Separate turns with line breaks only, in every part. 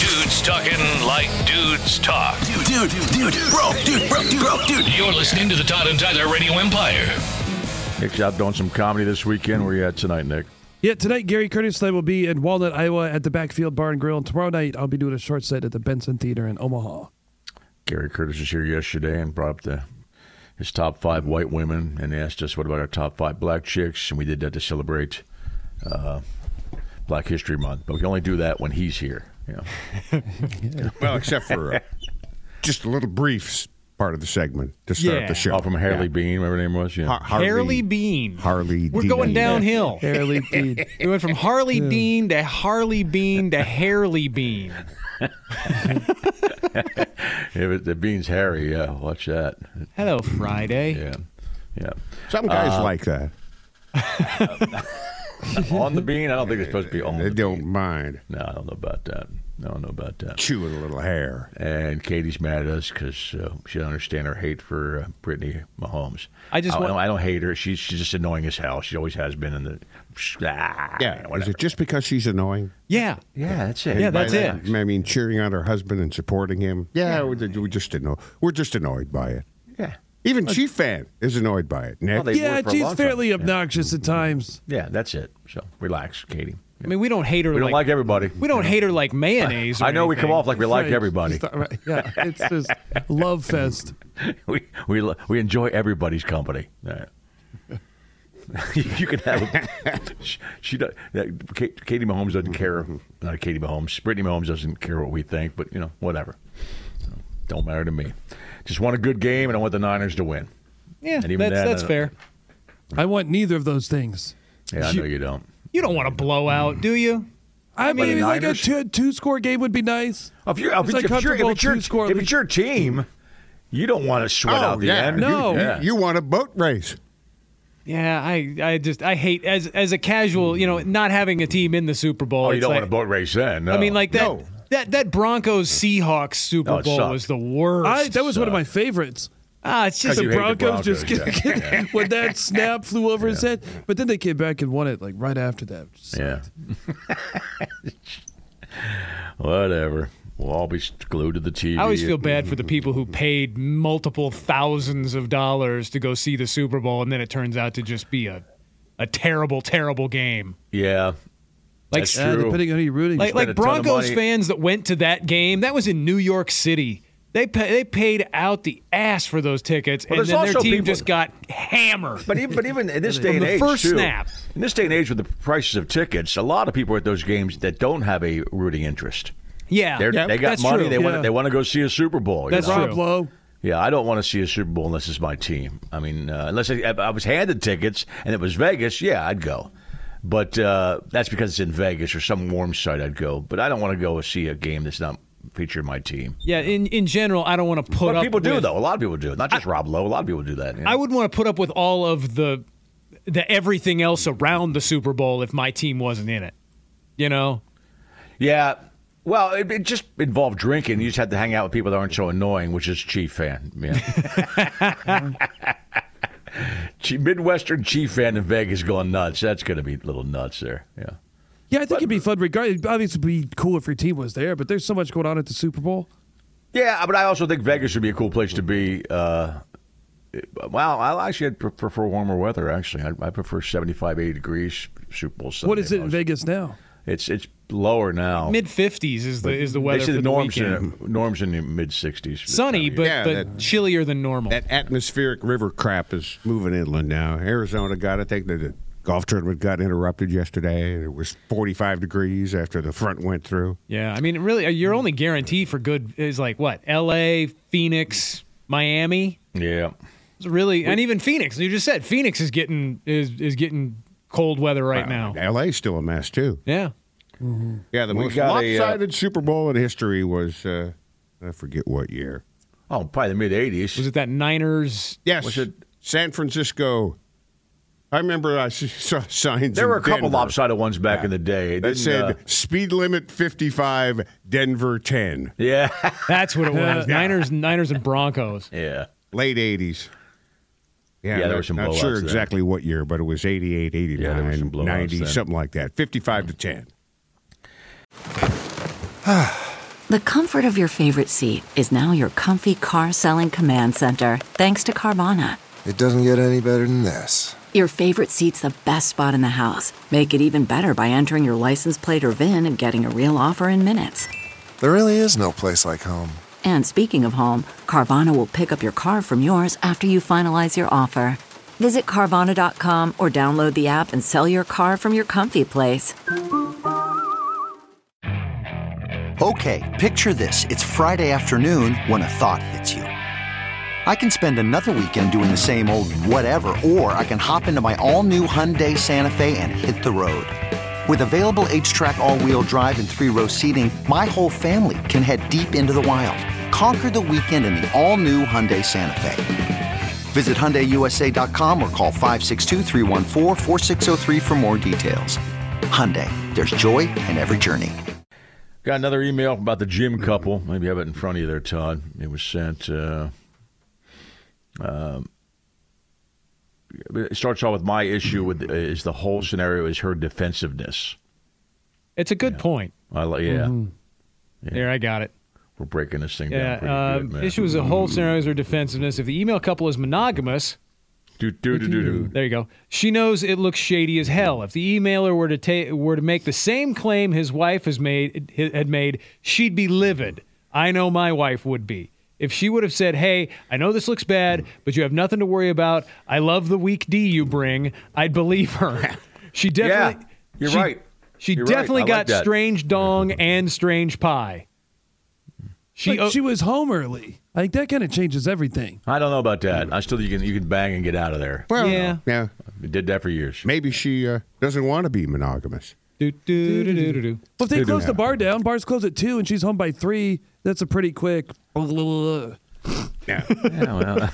Dudes talking like dudes talk.
Dude, dude, dude, bro, dude, bro, dude, bro, dude.
You're listening to the Todd and Tyler Radio Empire.
Nick's out doing some comedy this weekend. Where you at tonight, Nick?
Yeah, tonight Gary Curtis and I will be in Walnut, Iowa at the Backfield Bar and Grill. And tomorrow night I'll be doing a short set at the Benson Theater in Omaha.
Gary Curtis was here yesterday and brought up the his top five white women and asked us what about our top five black chicks, and we did that to celebrate uh, Black History Month. But we only do that when he's here. You know.
Well, except for uh, just a little brief s- part of the segment to start
Yeah.
the show.
All from Harley Bean, whatever her name was. Yeah.
Har- Harley,
Harley Bean.
Harley
We're
Dean.
going downhill.
Fairly beat.
We went from Harley Bean to Harley Bean to Harley Bean.
Yeah, but the Bean's Harry. Yeah, watch that.
Hello, Friday.
Yeah, yeah.
Some guys like that.
on the Bean, I don't think it's supposed to be on.
They
The
don't
Bean.
mind
No, I don't know about that. I don't know about that.
chewing a little hair.
and Katie's mad at us because uh, she don't understand her hate for uh, Brittany Mahomes.
I just
I,
want-
don't, I don't hate her. She's she's just annoying as hell. She always has been. In the ah,
Yeah, is
whatever.
it just because she's annoying?
Yeah.
yeah, that's it.
Yeah, that's
By
it.
that-
I mean, cheering on her husband and supporting him. Yeah, we we just anno- We're just annoyed by it.
Yeah,
Even Chief fan is annoyed by it. Nick,
Well, they-
Yeah,
worked for a
she's
long time.
fairly obnoxious at times.
yeah, that's it. So relax, Katie.
I mean, we don't hate her.
We don't like everybody.
We don't hate her like mayonnaise. or
I know we
anything.
come off like we like
Right.
everybody.
Just, uh, right. Yeah, it's just love fest.
We we lo- we enjoy everybody's company. All right. you can have she, she does, that, Ka- Katie Mahomes doesn't care. Not Katie Mahomes. Brittany Mahomes doesn't care what we think, but you know whatever. Don't matter to me. Just want a good game, and I want the Niners to win.
Yeah,
And even
that's,
then,
that's
uh,
fair.
I want neither of those things.
Yeah, I know you don't.
You don't want to blow out, do you?
I mean, like a
Niners?
two, two score game would be nice.
If you're if,
It's like
it's- if you're- if
comfortable
it's your,
two-score
if
lead.
it's your team, you don't want to sweat out the end.
No.
You,
Oh, Yeah.
you want a boat race.
Yeah, I, I just I hate as as a casual, you know, not having a team in the Super Bowl.
Oh, you
it's
don't
like-
want a boat race then. No.
I mean, like that
No.
that that Broncos Seahawks Super
No, Oh, it
Bowl
sucked.
was the worst.
I, that was one of my favorites.
ah, it's just
You
The
hate the
Broncos, just
Broncos,
get, when that snap flew over his head, but then they came back and won it like right after that. Just-
Yeah. Whatever. We'll all be glued to the TV.
I always feel bad for the people who paid multiple thousands of dollars to go see the Super Bowl, and then it turns out to just be a, a terrible, terrible game.
Yeah.
Like-
That's
Yeah,
true.
depending on who you're rooting.
Like,
for.
a
like
ton of
Broncos
money.
fans that went to that game, that was in New York City. They pay, they paid out the ass for those tickets,
Well,
and
there's
then their
also
team
people-
just got hammered.
But even, but even in this day and
the
age,
first
too,
snap.
in this day and age with the prices of tickets, a lot of people are at those games that don't have a rooting interest.
yeah,
They're,
yeah,
they got
that's
money.
True.
They want
Yeah.
want they want to go see a Super Bowl. you
That's
know?
true.
Rob Lowe.
Yeah, I don't want to see a Super Bowl unless it's my team. I mean, uh, unless I, I was handed tickets and it was Vegas, yeah, I'd go. But uh, that's because it's in Vegas or some warm site, I'd go. But I don't want to go see a game that's not featuring my team.
yeah. In in general, I don't want to put
But
up.
people do
with-
though. A lot of people do it. Not just Rob Lowe. A lot of people do that. you know?
I wouldn't want to put up with all of the the everything else around the Super Bowl if my team wasn't in it. You know?
yeah. Well, it, it just involved drinking. You just had to hang out with people that aren't so annoying, which is Chief fan. Yeah. Chief- Midwestern Chief fan in Vegas going nuts. That's going to be a little nuts there. Yeah.
Yeah, I think it'd be fun. Regardless, obviously, it'd be cool if your team was there, but there's so much going on at the Super Bowl.
Yeah, but I also think Vegas would be a cool place to be. Uh, well, I actually I'd pre- prefer warmer weather. Actually, I, I prefer 75, 80 degrees Super Bowl Sunday.
What is it in
most.
Vegas now?
It's it's lower now.
Mid fifties is the is the
they
weather
say
for
the
the
norms
weekend.
in the, norms in the mid 60s.
Sunny, but
Yeah,
but
that-
chillier than normal.
That atmospheric river crap is moving inland now. Arizona got it. They, the, the golf tournament got interrupted yesterday. It was 45 degrees after the front went through.
yeah, I mean, really, your only guarantee for good is like what L.A., Phoenix, Miami.
Yeah.
It's really, and even Phoenix. You just said Phoenix is getting is is getting cold weather right now.
LA's still Uh, a mess, too.
Yeah,
Yeah, the
We
most
got a, uh,
lopsided Super Bowl in history was, uh, I forget what year.
Oh, probably the mid 80s.
was it that Niners?
Yes.
Was it-
San Francisco. I remember I s- saw signs.
There
in
were a couple
Denver
lopsided ones back in the day. It
that
didn't,
said
uh,
speed limit 55, Denver 10.
yeah,
That's what it was. Niners, Niners, and Broncos.
yeah.
Late 80s.
Yeah, there
not-
were some
Not
blowouts
sure
then.
exactly what year, but it was 88, 89,
Yeah, there were some blowouts
90,
then.
something like that. 55 to 10.
The comfort of your favorite seat is now your comfy car selling command center, thanks to Carvana.
It doesn't get any better than this.
Your favorite seat's the best spot in the house. Make it even better by entering your license plate or VIN and getting a real offer in minutes.
There really is no place like home.
And speaking of home, Carvana will pick up your car from yours after you finalize your offer. Visit Carvana.com or download the app and sell your car from your comfy place.
Okay, picture this. It's Friday afternoon when a thought hits you. I can spend another weekend doing the same old whatever, or I can hop into my all new Hyundai Santa Fe and hit the road. With available H track, all wheel drive, and three row seating, my whole family can head deep into the wild. Conquer the weekend in the all new Hyundai Santa Fe. Visit HyundaiUSA.com or call 562-314-4603 for more details. Hyundai, there's joy in every journey.
Got another email about the gym couple. Maybe you have it in front of you there, Todd. It was sent. Uh, um, it starts off with my issue with is the whole scenario is her defensiveness.
It's a good point.
I li- yeah,
There, I got it.
we're breaking this thing down pretty
Mm-hmm.
good,
Yeah, uh,
man. Mm-hmm.
issue is a whole scenarios or defensiveness. If the email couple is monogamous,
do, do, do, do, do.
There you go. She knows it looks shady as hell. If the emailer were to ta- were to make the same claim his wife has made had made, she'd be livid. I know my wife would be. If she would have said, "Hey, I know this looks bad, but you have nothing to worry about. I love the weak D you bring," I'd believe her. She definitely.
Yeah, you're
she-
right.
She
You're right.
definitely
I like
got
that. Mm-hmm.
strange dong and strange pie. She,
But
o-
she was home early. Like that kind of changes everything.
I don't know about that. I still think you can you can bang and get out of there.
Well,
Yeah.
yeah.
We did that for years.
Maybe she uh, doesn't want to be monogamous.
do, do, do, do, do, do.
Well, if they
They do
close the
have
bar down, bars close at two, and she's home by three. That's a pretty quick.
Yeah.
Yeah, well,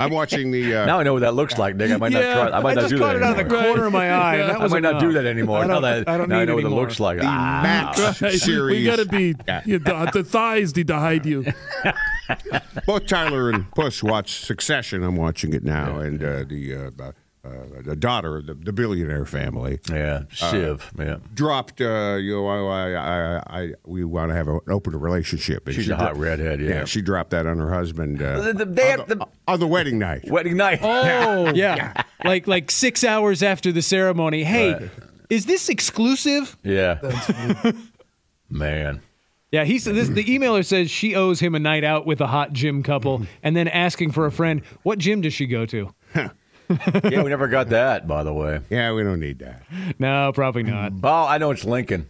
I'm watching the. Uh,
now I know what that looks like, Nick. I might
Yeah,
not try. I might
I
not
just
do
caught
that
it out of the
anymore.
corner of my eye. That
I
was
might not do
enough.
that anymore.
I don't,
now that,
I don't
now I
need
know what it
anymore.
looks like.
the
Ah.
Max series.
We gotta be you know, the thighs de dehyde you.
Both Tyler and Puss watch Succession. I'm watching it now, and uh, the uh, uh, the daughter of the, the billionaire family
Yeah, Shiv. yeah,
dropped. Uh, you know, I, I, I, I we want to have an open relationship. and
she's
she
a hot
dro-
redhead. Yeah,
Yeah. she dropped that on her husband uh,
The- the- they
on,
had
the,
the-
on the wedding night.
wedding night.
Oh, yeah. like like six hours after the ceremony. Hey, is this exclusive?
Yeah, man.
Yeah, he said this. The emailer says she owes him a night out with a hot gym couple, and then asking for a friend. What gym does she go to?
Yeah, we never got that. By the way,
Yeah, we don't need that.
No, probably not.
oh, I know it's Lincoln.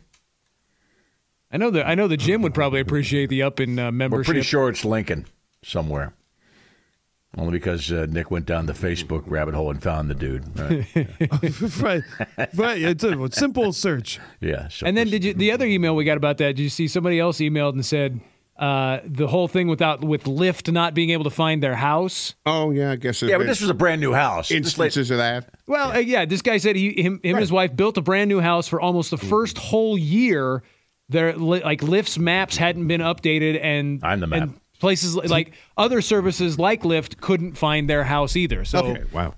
I know the I know the gym would probably appreciate the up in uh,
We're
membership.
pretty sure it's Lincoln somewhere. Only because uh, Nick went down the Facebook rabbit hole and found the dude. Right.
right, right. It's a simple search.
Yeah. So
And then did you the other email we got about that? Did you see somebody else emailed and said uh, the whole thing without with Lyft not being able to find their house?
Oh yeah, I guess.
yeah, but this was a brand new house. This lady-
instances of that.
Well, uh, yeah, this guy said he, him, him and his wife built a brand new house for almost the first whole year. Their li- like Lyft's maps hadn't been updated, and
I'm the map.
and places li- like other services like Lyft couldn't find their house either. So
Okay, wow.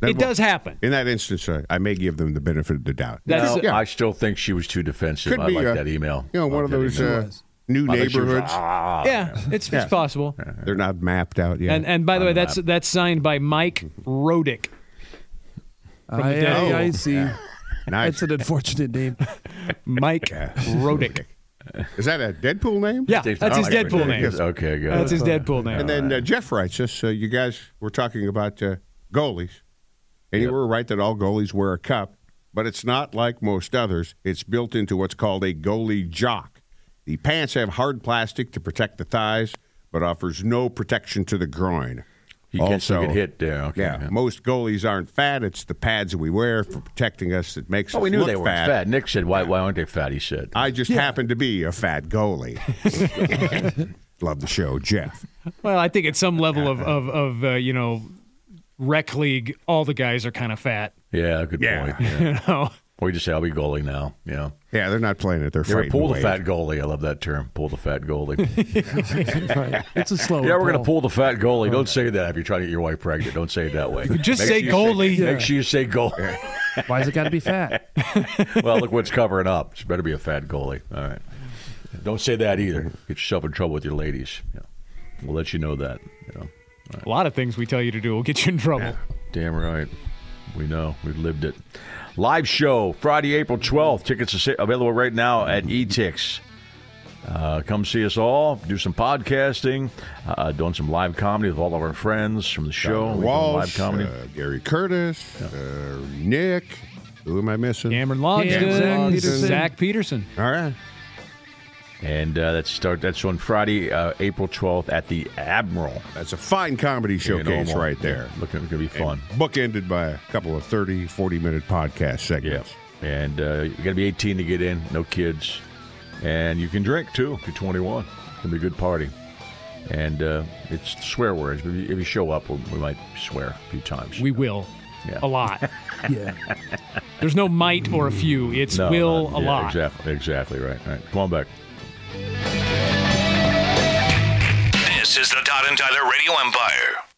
it does happen.
In that instance, I, I may give them the benefit of the doubt.
That's-
No,
yeah.
I still think she was too defensive.
Could
I
be
like
uh,
that email.
You know, one of
Like that
those
email.
uh, new
I think she was,
neighborhoods.
"Ah."
yeah, it's, it's possible.
They're not mapped out yet.
And and by the way, that's that's signed by Mike Rodick.
I, I, I see.
Nice.
That's an unfortunate name.
Mike
Yeah.
Rodick.
Is that a Deadpool name?
Yeah, that's his Deadpool name.
Okay, good.
That's his Deadpool name.
And then uh, Jeff writes us. Uh, you guys were talking about uh, goalies, and you were right that all goalies wear a cup, but it's not like most others. It's built into what's called a goalie jock. The pants have hard plastic to protect the thighs, but offers no protection to the groin.
You can't still get hit there. Okay.
yeah, most goalies aren't fat. It's the pads we wear for protecting us that makes
Oh,
us
we knew
look
they were fat. Nick said, "Why? Why aren't they fat?" He said.
I just happen to be a fat goalie. Love the show, Jeff.
Well, I think at some level of of, of uh, you know rec league, all the guys are kind of fat.
yeah, good
Yeah.
point. Yeah.
You know,
Or you just say, "I'll be goalie now." Yeah.
Yeah, they're not playing it. They're
You're
fighting
a pull the
weight.
fat goalie. I love that term. Pull the fat goalie.
Right. It's a slow.
yeah, we're
going
gonna pull the fat goalie. Don't say that if you're trying to get your wife pregnant. Don't say it that way.
just
Make
say
sure you
goalie.
Make sure you say goalie.
Why's it got to be fat?
well, look what's covering up. It's better be a fat goalie. All right. Don't say that either. Get yourself in trouble with your ladies. Yeah. We'll let you know that. You know.
A lot of things we tell you to do will get you in trouble.
Damn right. We know. We've lived it. Live show, Friday, April 12th. Tickets are sa- available right now at etix. Uh, come see us all. Do some podcasting. Uh, doing some live comedy with all of our friends from the show. We're doing live
Walsh,
comedy.
uh, Gary Curtis, uh, Nick. Who am I missing?
Cameron Logsdon,
Peterson.
Zach Peterson.
All right.
and uh, that's start. That's on Friday, uh, April 12th at the Admiral.
That's a fine comedy
in
showcase
Omaha.
right there.
Yeah, Looking, it's gonna be fun.
Bookended by a couple of 30, 40 minute podcast
Yeah,
segments.
and uh, you got to be 18 to get in. No kids, and you can drink too if you're 21. It's gonna be a good party, and uh, it's swear words. But if you show up, we we might swear a few times.
We will.
Yeah.
A lot.
Yeah.
There's no might or a few. It's
No,
will
no,
a
yeah,
lot.
Exactly, exactly right. All right, come on back.
This is the Todd and Tyler Radio Empire.